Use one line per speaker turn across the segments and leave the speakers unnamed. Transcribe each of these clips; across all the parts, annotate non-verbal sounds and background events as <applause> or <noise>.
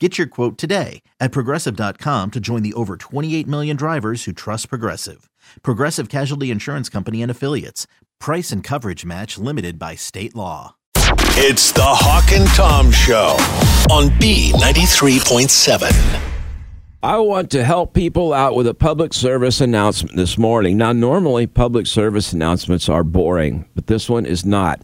Get your quote today at progressive.com to join the over 28 million drivers who trust Progressive. Progressive Casualty Insurance Company and Affiliates. Price and coverage match limited by state law.
It's the Hawk and Tom Show on B93.7.
I want to help people out with a public service announcement this morning. Now, normally public service announcements are boring, but this one is not.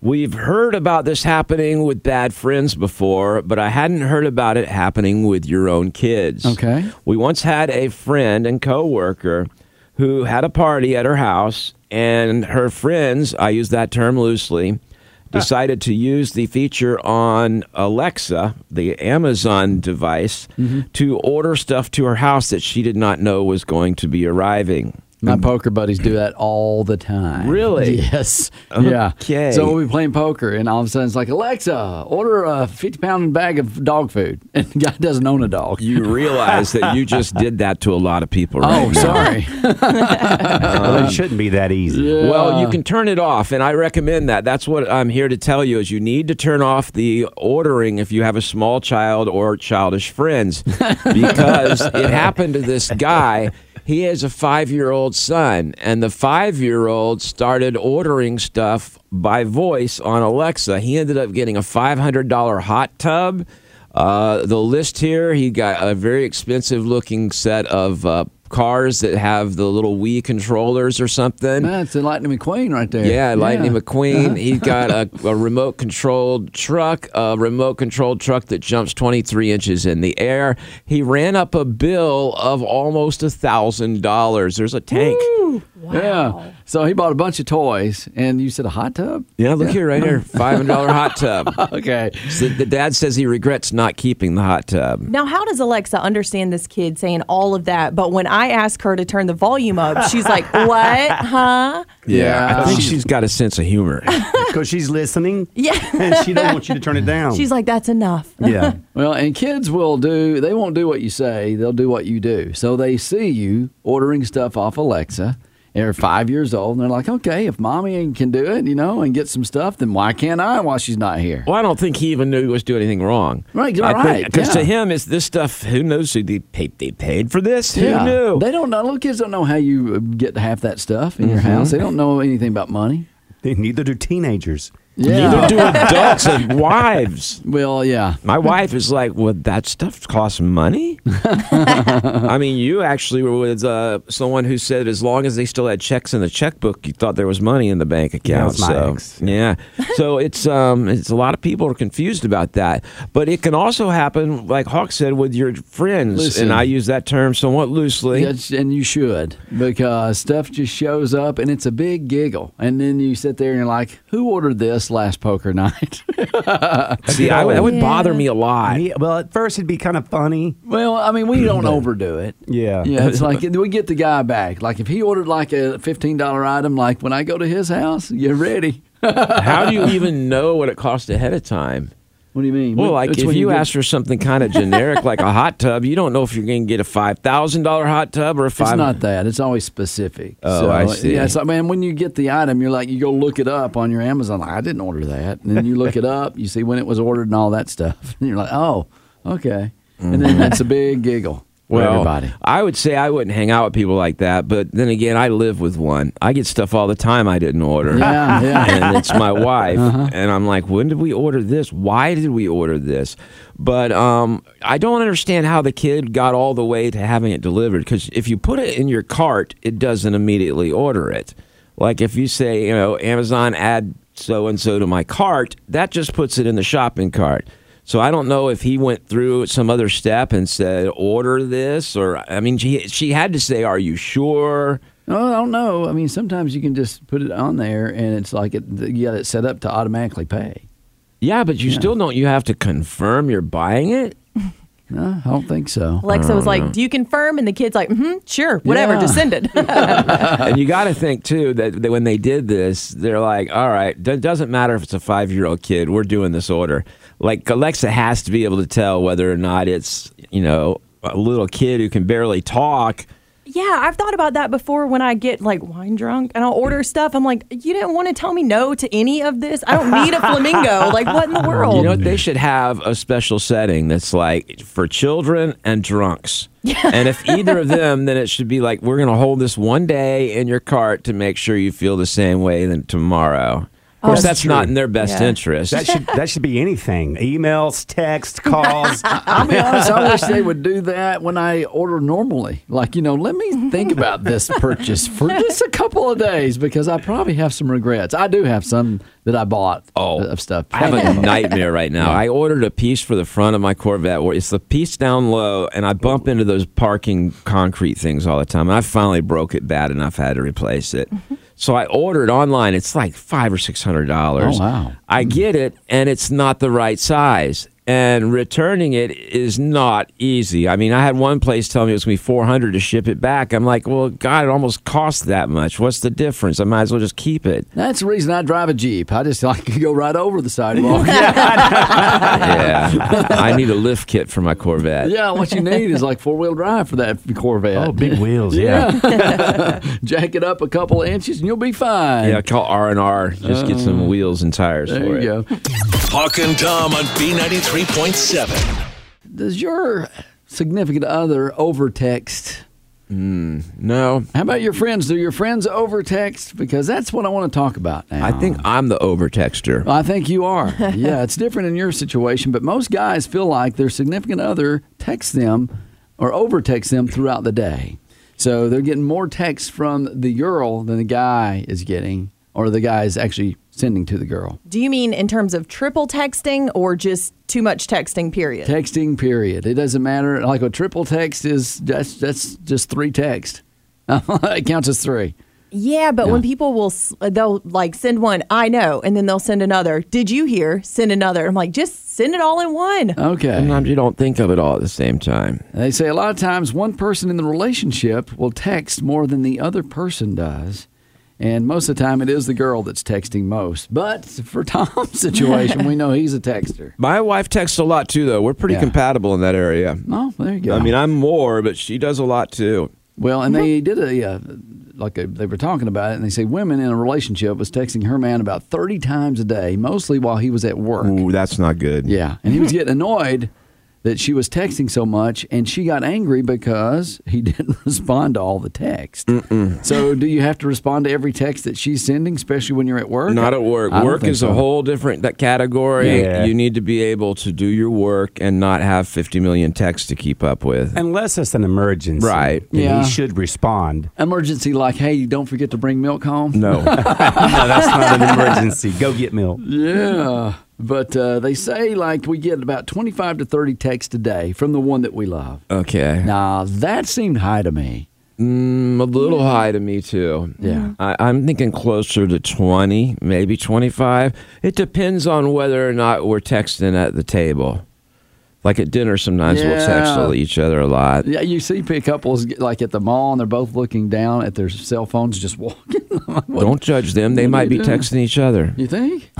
We've heard about this happening with bad friends before, but I hadn't heard about it happening with your own kids.
Okay.
We once had a friend and coworker who had a party at her house, and her friends, I use that term loosely,
Ah.
decided to use the feature on Alexa, the Amazon device,
Mm-hmm.
to order stuff to her house that she did not know was going to be arriving.
My poker buddies do that all the time.
Mm. Really?
<laughs> Yes.
Okay.
Yeah. So we'll be playing poker, and all of a sudden it's like, Alexa, order a 50 pound bag of dog food. <laughs> And the guy doesn't own a dog.
You realize that you
<laughs>
just did that to a lot of people, right?
oh, sorry. <laughs>
Well, it shouldn't be that easy.
Well, you can turn it off, and I recommend that. That's what I'm here to tell you: is you need to turn off the ordering if you have a small child or childish friends, because it happened to this guy. He has a five-year-old son, and the five-year-old started ordering stuff by voice on Alexa. He ended up getting a $500 hot tub. Uh, the list here, he got a very expensive looking set of uh, cars that have the little Wii controllers or something.
That's the Lightning McQueen right there.
Yeah, Lightning McQueen.
Uh-huh.
He's got a, a remote controlled truck, a remote controlled truck that jumps 23 inches in the air. He ran up a bill of almost a thousand dollars. There's a tank.
Yeah. So he bought a bunch of toys, and you said a hot tub?
Yeah, look here, right here, five hundred dollar hot tub.
<laughs> Okay.
So the dad says he regrets not keeping the hot tub.
Now, how does Alexa understand this kid saying all of that? But when I ask her to turn the volume up, she's
<laughs>
like, "What?
Uh,
Huh?
I think she's got a sense of
<laughs>
humor.
<laughs>
Because she's listening.
Yeah.
And she don't want you to turn it down.
She's like, that's enough."
yeah.
Well, and kids will do, they won't do what you say, they'll do what you do. So they see you ordering stuff off Alexa. and They're five years old, and they're like, okay, if mommy can do it, you know, and get some stuff, then why can't I while she's not here?
Well, I don't think he even knew he was doing anything wrong.
Right, you're right,
Because to
yeah.
him, it's this stuff. Who knows who they paid? They paid for this.
Yeah.
Who knew?
They don't know. Little kids don't know how you uh, get to half that stuff in your
Mm-hmm.
house. They don't know anything about money.
Neither do teenagers.
Yeah.
Neither
<laughs>
do adults and wives.
Well, yeah.
My wife is like, well, that stuff costs
<laughs>
money. I mean, you actually were with uh, someone who said as long as they still had checks in the checkbook, you thought there was money in the bank account.
was my
so
ex.
yeah, so it's um, it's a lot of people are confused about that. But it can also happen, like Hawk said, with your friends,
Listen.
and I use that term somewhat loosely.
That's, and you should because stuff just shows up and it's a big giggle. And then you sit there and you're like, who ordered this last poker <laughs> night?
See, I, that would bother me a lot.
Me- well, at first it'd be kind of funny.
well, I mean,
<clears throat>
we don't overdo it.
Yeah.
Yeah,
<laughs>
it's like we get the guy back. Like if he ordered like a fifteen dollar item, like when I go to his house, you're ready.
How
<laughs>
do you even know what it costs ahead of time?
What do you mean?
Well,
What-
like
it's
if you,
when get-
ask for something kind of generic, like a hot tub, you don't know if you're going to get a five thousand dollar hot tub or a
It's
five.
not that. It's always specific.
Oh,
so,
I see.
Yeah, so man, when you get the item, you're like you go look it up on your Amazon. Like, I didn't order that, and then you look it up, you <laughs>
Mm-hmm.
see when it was ordered and all that stuff, and you're like, oh, okay, and then that's a big giggle. for everybody.
I would say I wouldn't hang out with people like that, but then again, I live with one. I get stuff all the time I didn't order.
Yeah,
<laughs>
yeah. Uh-huh.
And it's my wife, and I'm like, when did we order this? Why did we order this? But um, I don't understand how the kid got all the way to having it delivered because if you put it in your cart, it doesn't immediately order it. Like if you say, you know, Amazon add so and so to my cart, that just puts it in the shopping cart. So I don't know if he went through some other step and said, "Order this," or I mean, she she had to say, "Are you sure?"
No, Oh, I don't know. I mean, sometimes you can just put it on there, and it's like it, you got it set up to automatically pay.
Yeah, but you still don't. You have to confirm you're buying it.
No, I don't think so.
Alexa was
Mm.
like, "Do you confirm?" And the kid's like, "Hmm, sure, whatever,
Yeah.
just
<laughs>
send it." <laughs>
and you got to think too that, that when they did this, they're like, "All right, it doesn't matter if it's a five year old kid. We're doing this order." Like Alexa has to be able to tell whether or not it's you know a little kid who can barely talk.
yeah, I've thought about that before. When I get like wine drunk and I'll order stuff, I'm like, "You didn't want to tell me no to any of this. I don't need a flamingo. Like, what in the world?"
<laughs> You know what? They should have a special setting that's like for children and drunks. and if either of them, then it should be like, we're going to hold this one day in your cart to make sure you feel the same way than tomorrow. Of course, that's,
true.
not in their best
Yeah.
interest.
<laughs> That should that should be anything. Emails, text, calls.
<laughs>
I'll be honest. I wish they would <laughs> do that when I order normally. Like, you know, let me think about this purchase for just a couple of days because I probably have some regrets. I do have some that I bought
Oh,
of stuff.
I have a nightmare right now. I ordered a piece for the front of my Corvette where it's the piece down low, and I bump into those parking concrete things all the time. And I finally broke it bad enough, I had to replace it.
Mm-hmm.
So I ordered online. It's like five or six hundred dollars.
Oh, wow.
I get it, and it's not the right size. And returning it is not easy. I mean, I had one place tell me it was going to be 400 to ship it back. I'm like, well, God, it almost cost that much. What's the difference? I might as well just keep it.
That's the reason I drive a Jeep. I just like <laughs> to go right over
<laughs>
the sidewalk. <laughs> yeah.
yeah. I need a lift kit for my Corvette.
what you need is like four wheel drive for that Corvette.
<laughs>
<laughs>
oh, big wheels. Yeah.
<laughs>
Jack it up a couple of inches and you'll be fine.
Yeah, call R and R. Just get some wheels and tires for
There
it.
you go.
Hawk and Tom on B93.7.
Does your significant other over text?
No,
How about your friends? Do your friends over text? Because that's what I want to talk about now.
I think I'm the overtexter.
I think
<laughs>
you are. yeah, it's different in your situation, but most guys feel like their significant other texts them or over texts them throughout the day. So they're getting more texts from the girl than the guy is getting, or the guy is actually sending to the girl.
Do you mean in terms of triple texting or just too much texting? Period.
Texting, period. It doesn't matter. Like a triple text is that's that's just three texts. <laughs> it counts as three.
Yeah, but when people will, s- they'll like send one, I know, and then they'll send another, did you hear? Send another. I'm like, just send it all in one.
Okay.
Sometimes you don't think of it all at the same time.
They say a lot of times one person in the relationship will text more than the other person does. And most of the time it is the girl that's texting most. But for <laughs> Tom's situation, we know he's a texter.
My wife texts a lot too, though. We're pretty
Yeah.
compatible in that area.
Oh, there you go.
I mean, I'm more, but she does a lot too.
well, and they did a, uh, like a, they were talking about it, and they say women in a relationship was texting her man about 30 times a day, mostly while he was at work.
Ooh, that's not good.
Yeah. And he was getting annoyed that she was texting so much, and she got angry because he <laughs> didn't respond to all the texts. So, do you have to respond to every text that she's sending, especially when you're at work?
Not at work.
I don't
Work
think
is
so.
a whole different that category.
Yeah.
You need to be able to do your work and not have 50 million texts to keep up with.
Unless it's an emergency.
Right.
Then
Yeah.
he should respond.
Emergency, like, hey, don't forget to bring milk home.
<laughs> No.
No, that's not an emergency. Go get milk.
Yeah. But uh, they say, like, we get about 25 to 30 texts a day from the one that we love.
<laughs> okay.
Now, that seemed high to me.
Mm, a little high to me too.
Yeah.
I, I'm thinking closer to 20, maybe 25. It depends on whether or not we're texting at the table. Like at dinner, sometimes we'll
Yeah.
text each other a lot.
Yeah, you see p- couples like at the mall and they're both looking down at their cell phones, just <laughs> walking.
Don't judge them; they
What
might
do
be
you do?
texting each
<laughs>
other.
You think?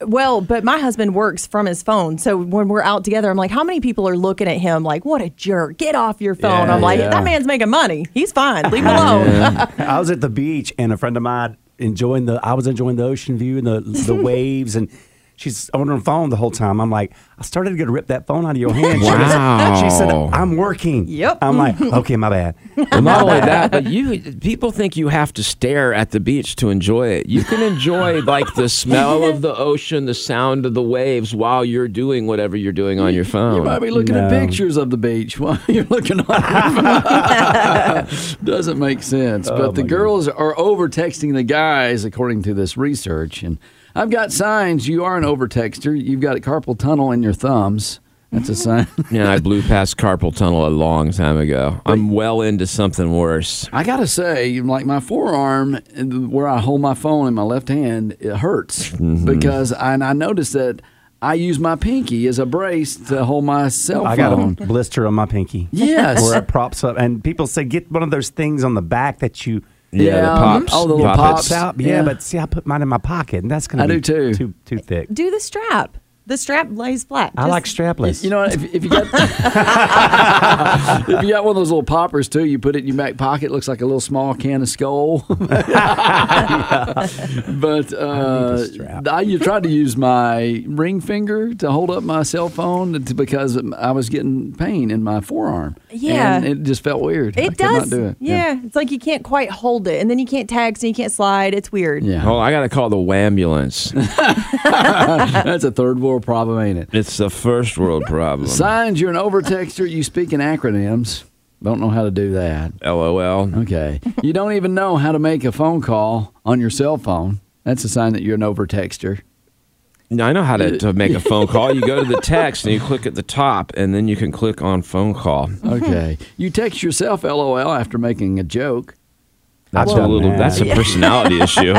Well, but my husband works from his phone. So when we're out together, I'm like, how many people are looking at him like, what a jerk, get off your phone?
Yeah,
I'm like,
yeah.
that man's making money. He's
<laughs>
fine. Leave him alone.
<laughs> I was
<laughs>
at the beach and a friend of mine enjoying the I was enjoying the ocean view and the the waves and She's on her phone the whole time. I'm like, I started to go to rip that phone out of your hand. She
Wow.
goes- She, said, I'm working.
Yep. <laughs>
I'm like, okay, my bad.
Well, not only that, but you people think you have to stare at the beach to enjoy it. You can enjoy like the smell of
<laughs>
the ocean, the sound of the waves while you're doing whatever you're doing on your phone.
You might be looking at
No.
pictures of the beach <laughs> while you're looking on. <laughs> Doesn't make sense.
Oh,
but the girls are over texting the guys, according to this research. And I've got signs you are an over texter. You've got a carpal tunnel in your thumbs. That's a
<laughs>
sign.
Yeah, I blew past carpal tunnel a long time ago. I'm well into something worse.
I gotta say, like my forearm, where I hold my phone in my left hand, it hurts
Mm-hmm.
because I, and I noticed that I use my pinky as a brace to hold my cell
I got <laughs>
phone.
a blister on my pinky.
Yes.
Where it props up. And people say, get one of those things on the back that you.
Yeah, the pops.
Oh, the little
Poppets.
pops.
out. Yeah, but see, I put mine in my pocket, and that's
I
going to be
do too.
too too thick.
Do the strap. The strap lays flat.
I like
Just-
strapless.
You know, what, if, if you got <laughs> if you got one of those little poppers too, you put it in your back pocket. Looks like a little small can of skull. <laughs> But uh,
strap.
I you tried to use my ring finger to hold up my cell phone to, because I was getting pain in my forearm.
Yeah.
and it just felt weird. I
It
could
does.
Not do it.
Yeah. It's like you can't quite hold it, and then you can't text, and you can't slide. It's weird.
yeah.
Oh, I gotta call the wambulance.
<laughs> That's a third world problem, ain't it?
it's the first world problem.
Signs you're an overtexter. You speak in acronyms. Don't know how to do that.
LOL.
Okay. you don't even know how to make a phone call on your cell phone. That's a sign that you're an overtexter.
No, I know how to, to make a phone call. You go to the text and you click at the top, and then you can click on phone call.
Okay. you text yourself LOL after making a joke.
That's a
Well,
little.
man.
That's a personality issue.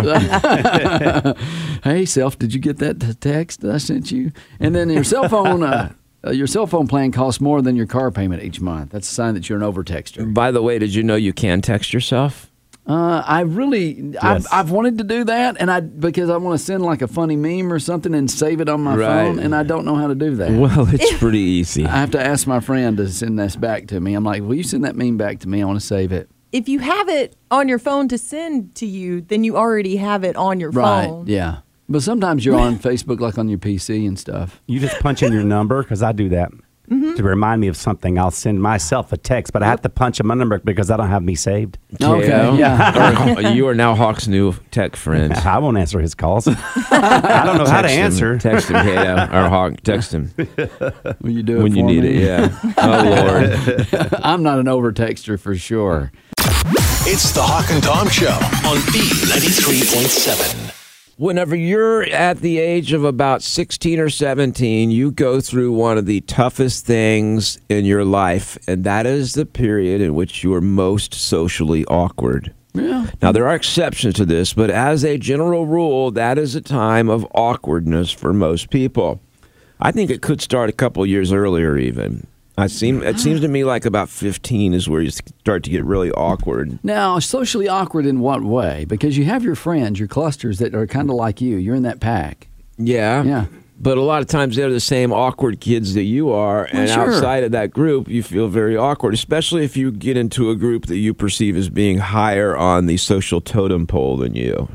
Hey, self, did you get that t- text that I sent you? And then your cell phone, uh, uh, your cell phone plan costs more than your car payment each month. That's a sign that you're an overtexter.
By the way, did you know you can text yourself?
Uh, I really, I've,
Yes.
I've wanted to do that, and I because I want to send like a funny meme or something and save it on my
Right.
phone, and I don't know how to do that.
Well, it's pretty easy.
I have to ask my friend to send this back to me. I'm like, will you send that meme back to me? I want to save it.
If you have it on your phone to send to you, then you already have it on your
Right.
phone.
Yeah. But sometimes you're on Facebook, like on your PC and stuff.
You just punch in your number because I do that to remind me of something. I'll send myself a text, but I have to punch in my number because I don't have me saved.
Okay,
Kale. <laughs>
yeah.
Or you are now Hawk's new tech friend.
<laughs> I won't answer
<laughs>
his calls. <laughs> I don't know how to
Text him.
answer.
Text him, Kato, or Hawk. Text him
Will you do it
when you
for
need
me?
it. Yeah. <laughs> Oh Lord.
<laughs> I'm not an overtexter for sure.
It's the Hawk and Tom Show on B93.7.
Whenever you're at the age of about 16 or 17, you go through one of the toughest things in your life, and that is the period in which you are most socially awkward. Yeah. Now, there are exceptions to this, but as a general rule, that is a time of awkwardness for most people. I think it could start a couple years earlier, even. I seem it seems to me like about 15 is where you start to get really awkward.
Now, socially awkward in what way? Because you have your friends, your clusters that are kind of like you. You're in that pack.
Yeah.
Yeah.
But a lot of times they're the same awkward kids that you are, and
sure.
outside of that group, you feel very awkward, especially if you get into a group that you perceive as being higher on the social totem pole than you.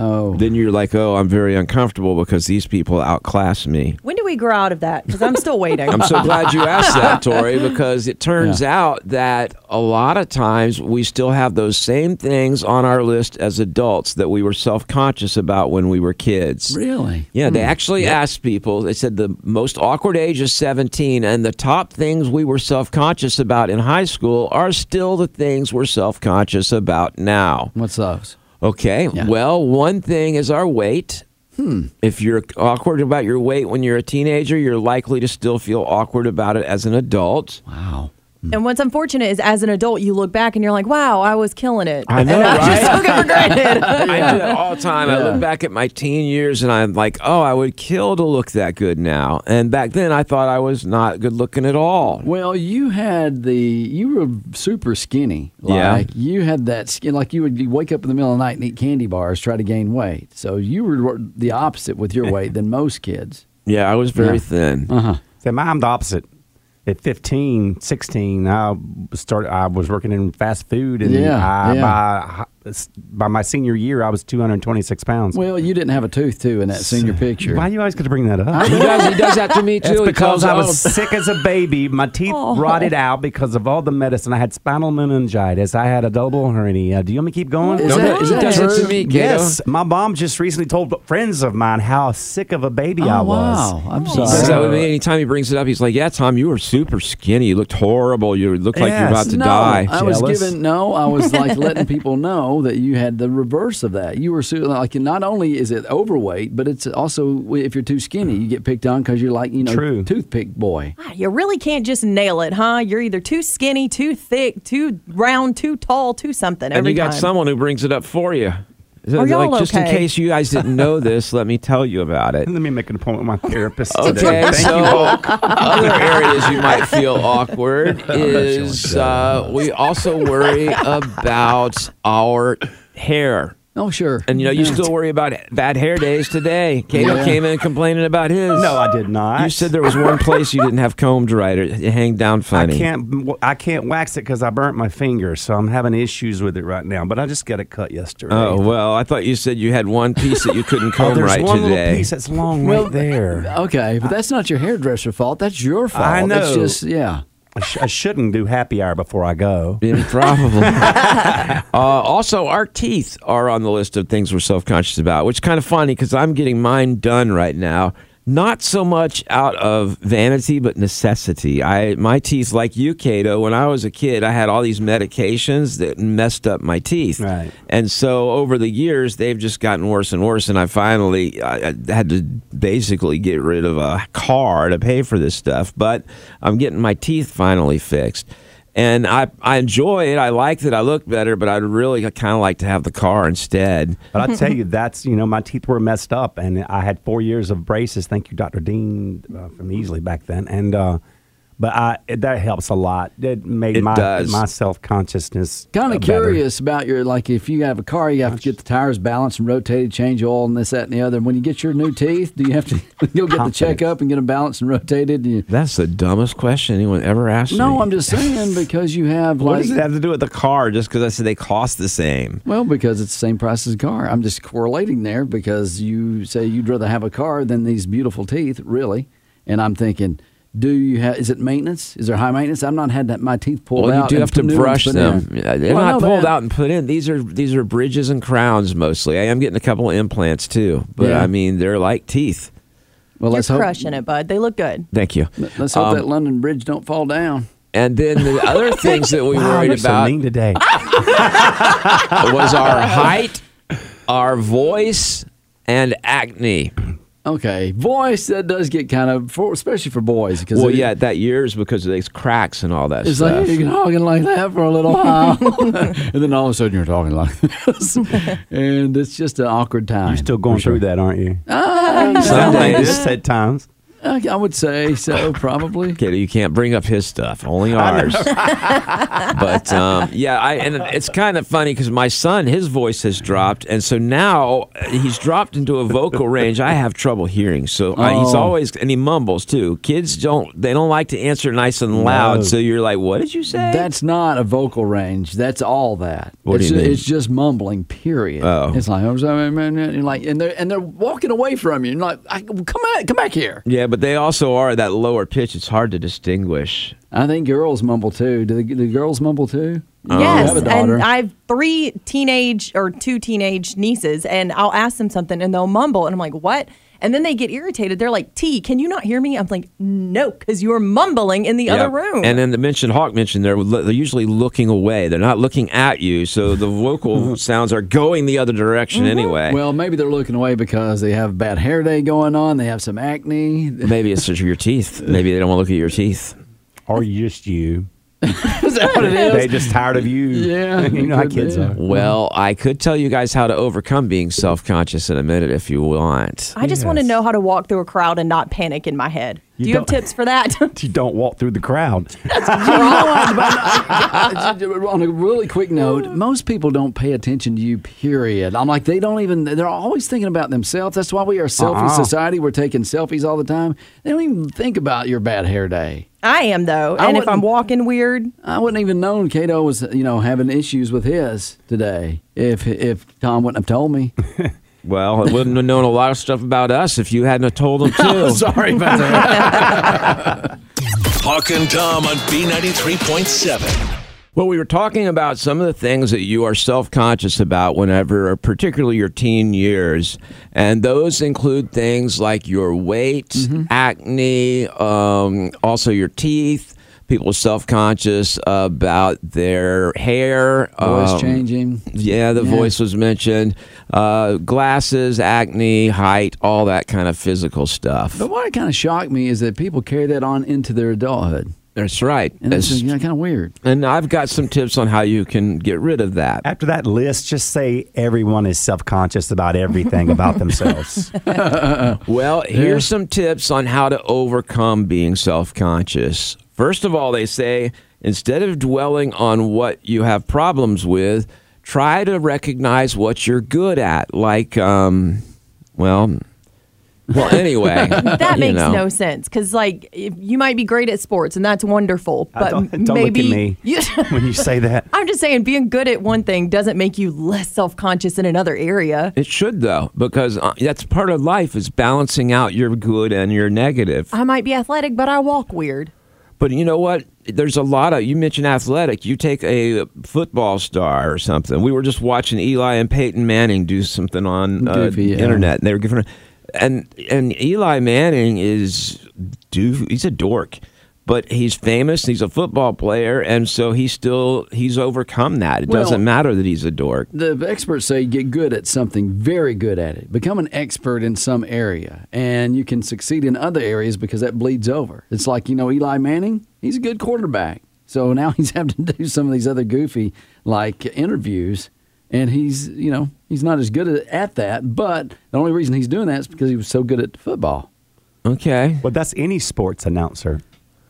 Oh,
Then you're like, oh, I'm very uncomfortable because these people outclass me.
When do we grow out of that? Because I'm still waiting.
I'm so glad you asked
<laughs>
that, Tori, because it turns out that a lot of times we still have those same things on our list as adults that we were self conscious about when we were kids.
really?
Yeah, they actually asked people. They said the most awkward age is 17, and the top things we were self conscious about in high school are still the things we're self conscious about now.
What's those?
Okay,
Yeah. Hmm.
well, one thing is our weight. If you're awkward about your weight when you're a teenager, you're likely to still feel awkward about it as an adult.
Wow.
and what's unfortunate is, as an adult, you look back and you're like, "Wow, I was killing it."
<laughs>
I know,
and I just <laughs>
right?
took it for granted.
I do that all the time. I look back at my teen years and I'm like, oh, I would kill to look that good now. And back then, I thought I was not good looking at all.
Well, you had the you were super skinny.
Yeah.
Like you had that skin like you would wake up in the middle of the night and eat candy bars, try to gain weight. So you were the opposite with your weight than most
<laughs>
kids.
Yeah, I was very
Yeah.
thin.
So my- I'm the opposite. At 15, 16, I started. I was working in fast food, and
Yeah,
I,
yeah.
my by my senior year, I was 226 pounds.
Well, you didn't have a tooth too in that senior picture.
Why you always got to bring that up?
He does, he does that to me too.
That's
He
because
calls
I
out-
was sick as a baby. My teeth
Oh.
rotted out because of all the medicine. I had spinal meningitis. I had a double hernia. Do you want me to keep going?
Is No, that- no, is
he
that
does it
true?
to me, kiddo.
yes. My mom just recently told friends of mine how sick of a baby I
Oh,
was.
wow.
<laughs>
I'm
He says
sorry.
that with me anytime he brings it up. He's like, "Yeah, Tom, you were super skinny. You looked horrible. You looked like you're
Yes.
about to
no, uh,
die."
I was
Jealous?
giving no. I was
<laughs>
like letting people know that you had the reverse of that. You were su- like not only is it overweight, but it's also if you're too skinny, you get picked on because you're like you know
True.
toothpick boy.
Ah, <laughs> You really can't just nail it, huh? You're either too skinny, too thick, too round, too tall, too something.
and
every
you got
time.
someone who brings it up for you.
Are y'all
like, just in
okay?
case you guys didn't know this, let me tell you about
<laughs>
it.
Let me make an appointment with my therapist today.
Okay,
Thank
so
you.
other areas you might feel
<laughs>
awkward is uh, we also worry about our hair.
Oh sure.
And you know, you still worry about bad hair days today. Kato
Yeah.
came in complaining about his.
No, I did not.
You said there was one place you didn't have combed right or it hanged down
I
funny.
can't. I can't wax it because I burnt my finger, so I'm having issues with it right now. But I just got it cut yesterday.
Oh well, I thought you said you had one piece that you couldn't
Oh,
comb
there's
right
one
today.
little piece that's long right there.
okay, but that's not your hairdresser fault. That's your fault.
I
It's
know.
just yeah.
I, sh- I shouldn't do happy hour before I go.
Yeah,
<laughs>
probably. uh, also, our teeth are on the list of things we're self conscious about, which is kind of funny because I'm getting mine done right now. Not so much out of vanity, but necessity. I my teeth, like you, Cato. When I was a kid, I had all these medications that messed up my teeth,
Right.
and so over the years, they've just gotten worse and worse. And I finally I, I had to basically get rid of a car to pay for this stuff. But I'm getting my teeth finally fixed. And I, I enjoy it. I like that I look better, but I'd really kind of like to have the car instead. <laughs>
But I tell you, that's you know, my teeth were messed up, and I had four years of braces. Thank you, Doctor Dean, uh, from Easley back then, and uh, but I that helps a lot. It made
It
my
does.
my uh, self consciousness
Kind of curious about your like if you have a car, you have to get the tires balanced and rotated, change oil, and this, that, and the other. And when you get your new teeth, do you have to <laughs> go get the
Confidence.
checkup and get them balanced and rotated? And you,
That's the dumbest question anyone ever asked me.
no, I'm just saying because you have
What
like
does it have to do with the car? Just because I said they cost the same.
well because it's the same price as a car. I'm just correlating there because you say you'd rather have a car than these beautiful teeth, really. And I'm thinking, do you have? Is it maintenance? Is there high maintenance? I've not had that my teeth pulled
Well,
out.
you do
and
have to
new ones
brush
put
them.
in.
Yeah, They're
Well, I
not
know
pulled
that.
out and put in. These are these are bridges and crowns mostly. I am getting a couple of implants too, but
Yeah.
I mean they're like teeth.
Well,
You're
let's hope,
crushing it, bud. They look good.
Thank you.
Let's hope
Um,
that London Bridge don't fall down.
And then <laughs> the other things that we
Wow,
worried
you're so
about <laughs>
mean
<laughs>
today.
was our height, our voice, and acne.
Okay, voice that does get kind of, for, especially for boys. Cause
Well,
it-
yeah, that years because of these cracks and all that
it's
stuff.
like you're talking like that for
<laughs>
a little while, and then all of a sudden you're talking like this, and it's just an awkward time.
You're still going through that,
<laughs>
aren't you?
Some days,
Just at times.
I, I would say so, probably.
Kato, you can't bring up his stuff, only ours. <laughs> but um, yeah, I, and it's kind of funny because my son, his voice has dropped, and so now uh, he's dropped into a vocal range I have trouble hearing. So I, he's
Oh.
always and he mumbles too. Kids don't they don't like to answer nice and loud.
No.
So you're like, what did you say?
That's not a vocal range. That's all that.
What do
it's,
you
ju-
mean?
it's just mumbling. Period.
Oh.
It's like, oh, sorry, man, man," you're like, and they're and they're walking away from you. And like, I, come back, come back here.
yeah, but they also are that lower pitch. It's hard to distinguish.
I think girls mumble too. Do the, do the girls mumble too?
Oh.
Yes,
have a daughter.
and I have three teenage or two teenage nieces, and I'll ask them something, and they'll mumble, and I'm like, "What?" And then they get irritated. They're like, "T, can you not hear me?" I'm like, "No, because you're mumbling in the other
Yep.
room."
And then the mentioned Hawk mentioned they're they're usually looking away. They're not looking at you, so the vocal sounds are going the other direction
Mm-hmm.
anyway.
Well, maybe they're looking away because they have bad hair day going on. They have some acne. <laughs>
Maybe it's just your teeth. Maybe they don't want to look at your teeth.
Or just you.
Is that what it is?
They just tired of you.
Yeah,
<laughs> you know how
could
kids
be.
are.
Well, I could tell you guys how to overcome being self conscious in a minute if you want.
I just want to know how to walk through a crowd and not panic in my head. Do you have
don't-
tips
<laughs>
for that? <laughs>
You don't walk through the crowd.
<laughs> on a really quick note, most people don't pay attention to you, period. I'm like, they don't even, they're always thinking about themselves. That's why we are a selfie
Uh-uh.
society. We're taking selfies all the time. They don't even think about your bad hair day.
I am though,
I
and if I'm
wouldn't-
walking weird,
I wouldn't even known Cato was, you know, having issues with his today if if Tom wouldn't have told me.
Well, I wouldn't have known a lot of stuff about us if you hadn't have told them
<laughs> I'm
too.
<laughs> sorry about that.
Hawk and Tom on B93.7.
Well, we were talking about some of the things that you are self conscious about whenever, particularly your teen years. And those include things like your weight,
Mm-hmm.
acne, um, also your teeth. People are self conscious about their hair.
Voice
um,
changing.
Yeah, the
Yeah.
voice was mentioned. Uh, glasses, acne, height, all that kind of physical stuff.
But what kind of shocked me is that people carry that on into their adulthood.
That's right.
And it's
It's-
you know, kind of weird.
and I've got some tips on how you can get rid of that.
After that list, just say everyone is self conscious about
<laughs>
everything about themselves.
Well, here's some tips on how to overcome being self conscious. First of all, they say instead of dwelling on what you have problems with, try to recognize what you're good at. Like, um, well, well, anyway,
<laughs> that
you
makes
know.
no sense. Because like, if you might be great at sports, and that's wonderful, but
don't don't
maybe
look at me
You, <laughs>
<laughs> when you say that.
I'm just saying, being good at one thing doesn't make you less self conscious in another area.
It should though, because uh, that's part of life is balancing out your good and your negative.
I might be athletic, but I walk weird.
But you know what? There's a lot of you mentioned athletic. You take a football star or something. We were just watching Eli and Peyton Manning do something on uh,
Goofy, yeah.
internet, and they were giving. And and Eli Manning is do he's a dork, but he's famous. He's a football player, and so he's still he's overcome that. It
Well-
doesn't matter that he's a dork.
The experts say get good at something, very good at it. Become an expert in some area, and you can succeed in other areas because that bleeds over. It's like, you know, Eli Manning, he's a good quarterback. So <laughs> now he's having to do some of these other goofy, like, interviews, and he's, you know, he's not as good at that, but the only reason he's doing that is because he was so good at football.
Okay,
Well, that's any sports announcer.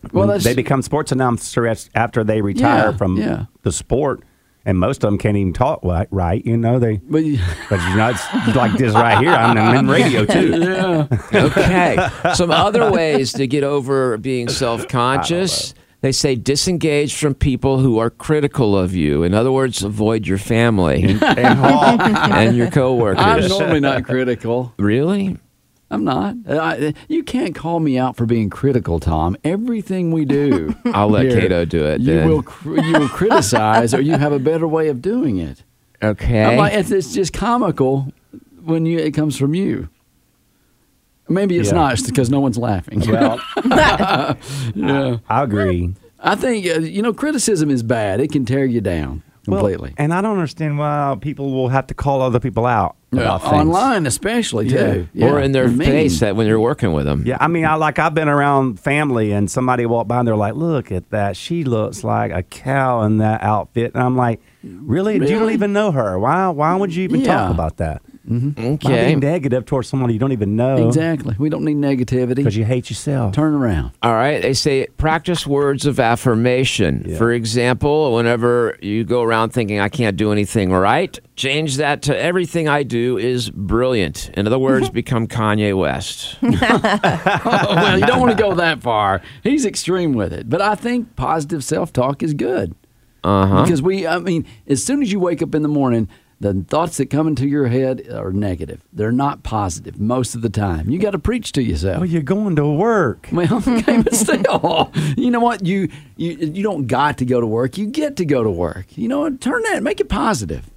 Well,
Well,
that's-
Mm, they become sports announcer as- after they retire
Yeah,
from
yeah.
the sport, and most of them can't even talk wi- right. You know, they.
<laughs> But you-
But you know, it's like this right here. I'm
<laughs>
in radio too.
okay. Some other ways to get over being self conscious. They say disengage from people who are critical of you. In other words, avoid your family
<laughs>
And Hall,
and your
I'm
coworkers.
normally not critical.
really?
I'm not. Uh, I, you can't call me out for being critical, Tom. Everything we do,
<laughs> I'll let
here,
Cato do it
You
then.
will. cr- You will criticize, or you have a better way of doing it.
Okay.
I'm like, it's, it's just comical when you it comes from you. Maybe it's
Yeah.
not because no one's laughing.
well,
yeah.
I agree.
<laughs> I think uh, you know criticism is bad. It can tear you down
Well,
completely.
and I don't understand why people will have to call other people out about
Uh,
things.
online, especially too,
Yeah.
or
Yeah,
in their
they're mean.
face that when you're working with them.
Yeah, I mean, I like I've been around family and somebody walked by and they're like, "Look at that! She looks like a cow in that outfit," and I'm like, "Really? You don't
Really?
even know her? Why? Why would you even
Yeah.
talk about that? Why
Okay.
be negative towards someone you don't even
oh.
know?
Exactly. We don't need
Because
negativity.
you hate yourself.
Turn around.
All right. They say practice words of affirmation. For example, whenever you go around thinking, I can't do anything right, change that to everything I do is brilliant. In other words, become Kanye West.
Oh, <laughs> well, you don't want to go that far. He's extreme with it. But I think positive self talk is good. Uh-huh. Because we, I mean, as soon as you wake up in the morning, the thoughts that come into your head are negative. They're not positive most of the time. You got to preach to yourself.
Well, you're going to work.
Well, okay, but still, you know what? You, you you don't got to go to work. You get to go to work. You know, what? turn that, make it positive.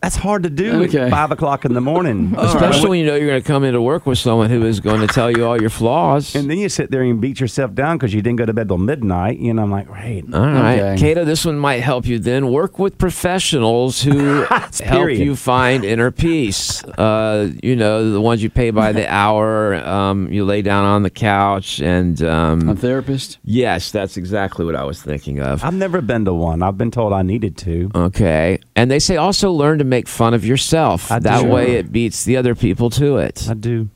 That's hard to do
Okay. Oh.
at five o'clock in
<laughs>
the morning,
Especially when you know you're going to come into work with someone who is going to tell you all your flaws.
and then you sit there and beat yourself down because you didn't go to bed till midnight. You know, I'm like, right.
Uh.
all right,
Okay.
Kato, this one might help you then. Work with professionals who help
period.
you find inner peace. Uh, you know, the ones you pay by the hour, um, you lay down on the couch, and
A
um,
therapist.
yes, that's exactly what I was thinking of.
I've never been to one. I've been told I needed to.
Okay. And they say also learn to make fun of yourself.
I
that
do.
way it beats the other people to it.
I do.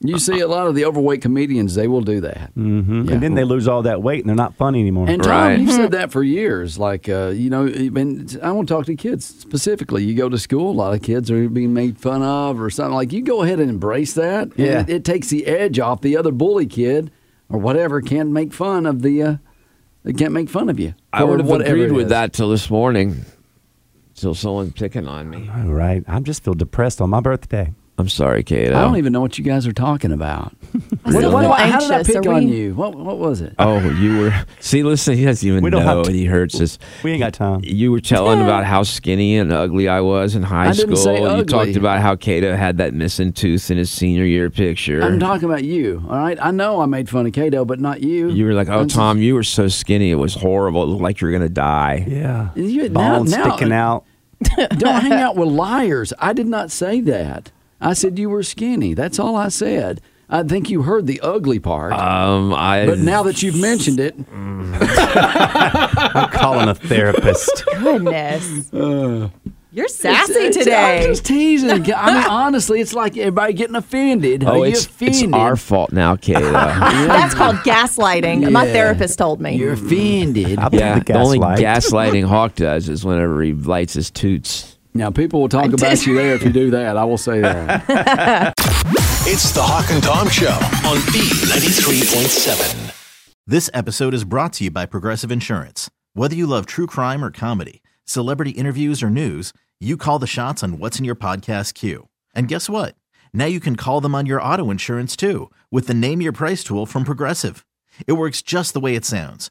You see a lot of the overweight comedians, they will do that. Mm-hmm.
And then they lose all that weight and they're not funny anymore.
And Tom,
Right.
you've
Mm-hmm.
said that for years. Like, uh, you know, even, I won't talk to kids specifically. You go to school, a lot of kids are being made fun of or something. Like, you go ahead and embrace that. and
Yeah.
It, it takes the edge off the other bully kid or whatever can't make fun of the, uh, they can't make fun of you.
I
for
would have
whatever
agreed
it
with
is.
that till this morning, till someone picking on me.
all right. I just feel depressed on my birthday.
I'm sorry, Kato.
I don't even know what you guys are talking
<laughs>
about.
I
<laughs>
still
What-
feel
what- how did I
anxious.
pick
Are
on
we-
you? What, what was it?
Oh, you were. <laughs> See, listen, he doesn't even
We don't
know.
have to-
he hurts us.
We ain't got time.
You were telling about how skinny and ugly I was in high
I
school.
didn't say
You
ugly.
talked about how Kato had that missing tooth in his senior year picture.
I'm talking about you. All right. I know I made fun of Cato, but not you.
you were like, "Oh,
I'm just-
Tom, you were so skinny. It was horrible. It looked like you were gonna die."
Yeah.
You- now-
Bones
now-
sticking out.
Don't hang out with liars. I did not say that. I said you were skinny. That's all I said. I think you heard the ugly part.
Um, I.
but
<laughs>
now that you've mentioned it,
I'm calling
<laughs>
a therapist.
<laughs>
<laughs>
Goodness. You're sassy
it's- it's-
today.
Uh, <laughs> I'm just teasing. I mean, honestly, it's like everybody getting offended. Are
oh,
you
it's
offended?
it's our fault
<laughs>
now, Kato.
That's called gaslighting. My
Yeah.
therapist told me.
You're
<laughs>
offended.
I put
yeah,
the
the only
gaslight.
gaslighting Hawk does is whenever he lights his toots.
Now people will talk about you there if you do that. I will say that.
<laughs>
It's the Hawk and Tom Show on B93.7.
This episode is brought to you by Progressive Insurance. Whether you love true crime or comedy, celebrity interviews or news, you call the shots on what's in your podcast queue. And guess what? Now you can call them on your auto insurance too with the Name Your Price tool from Progressive. It works just the way it sounds.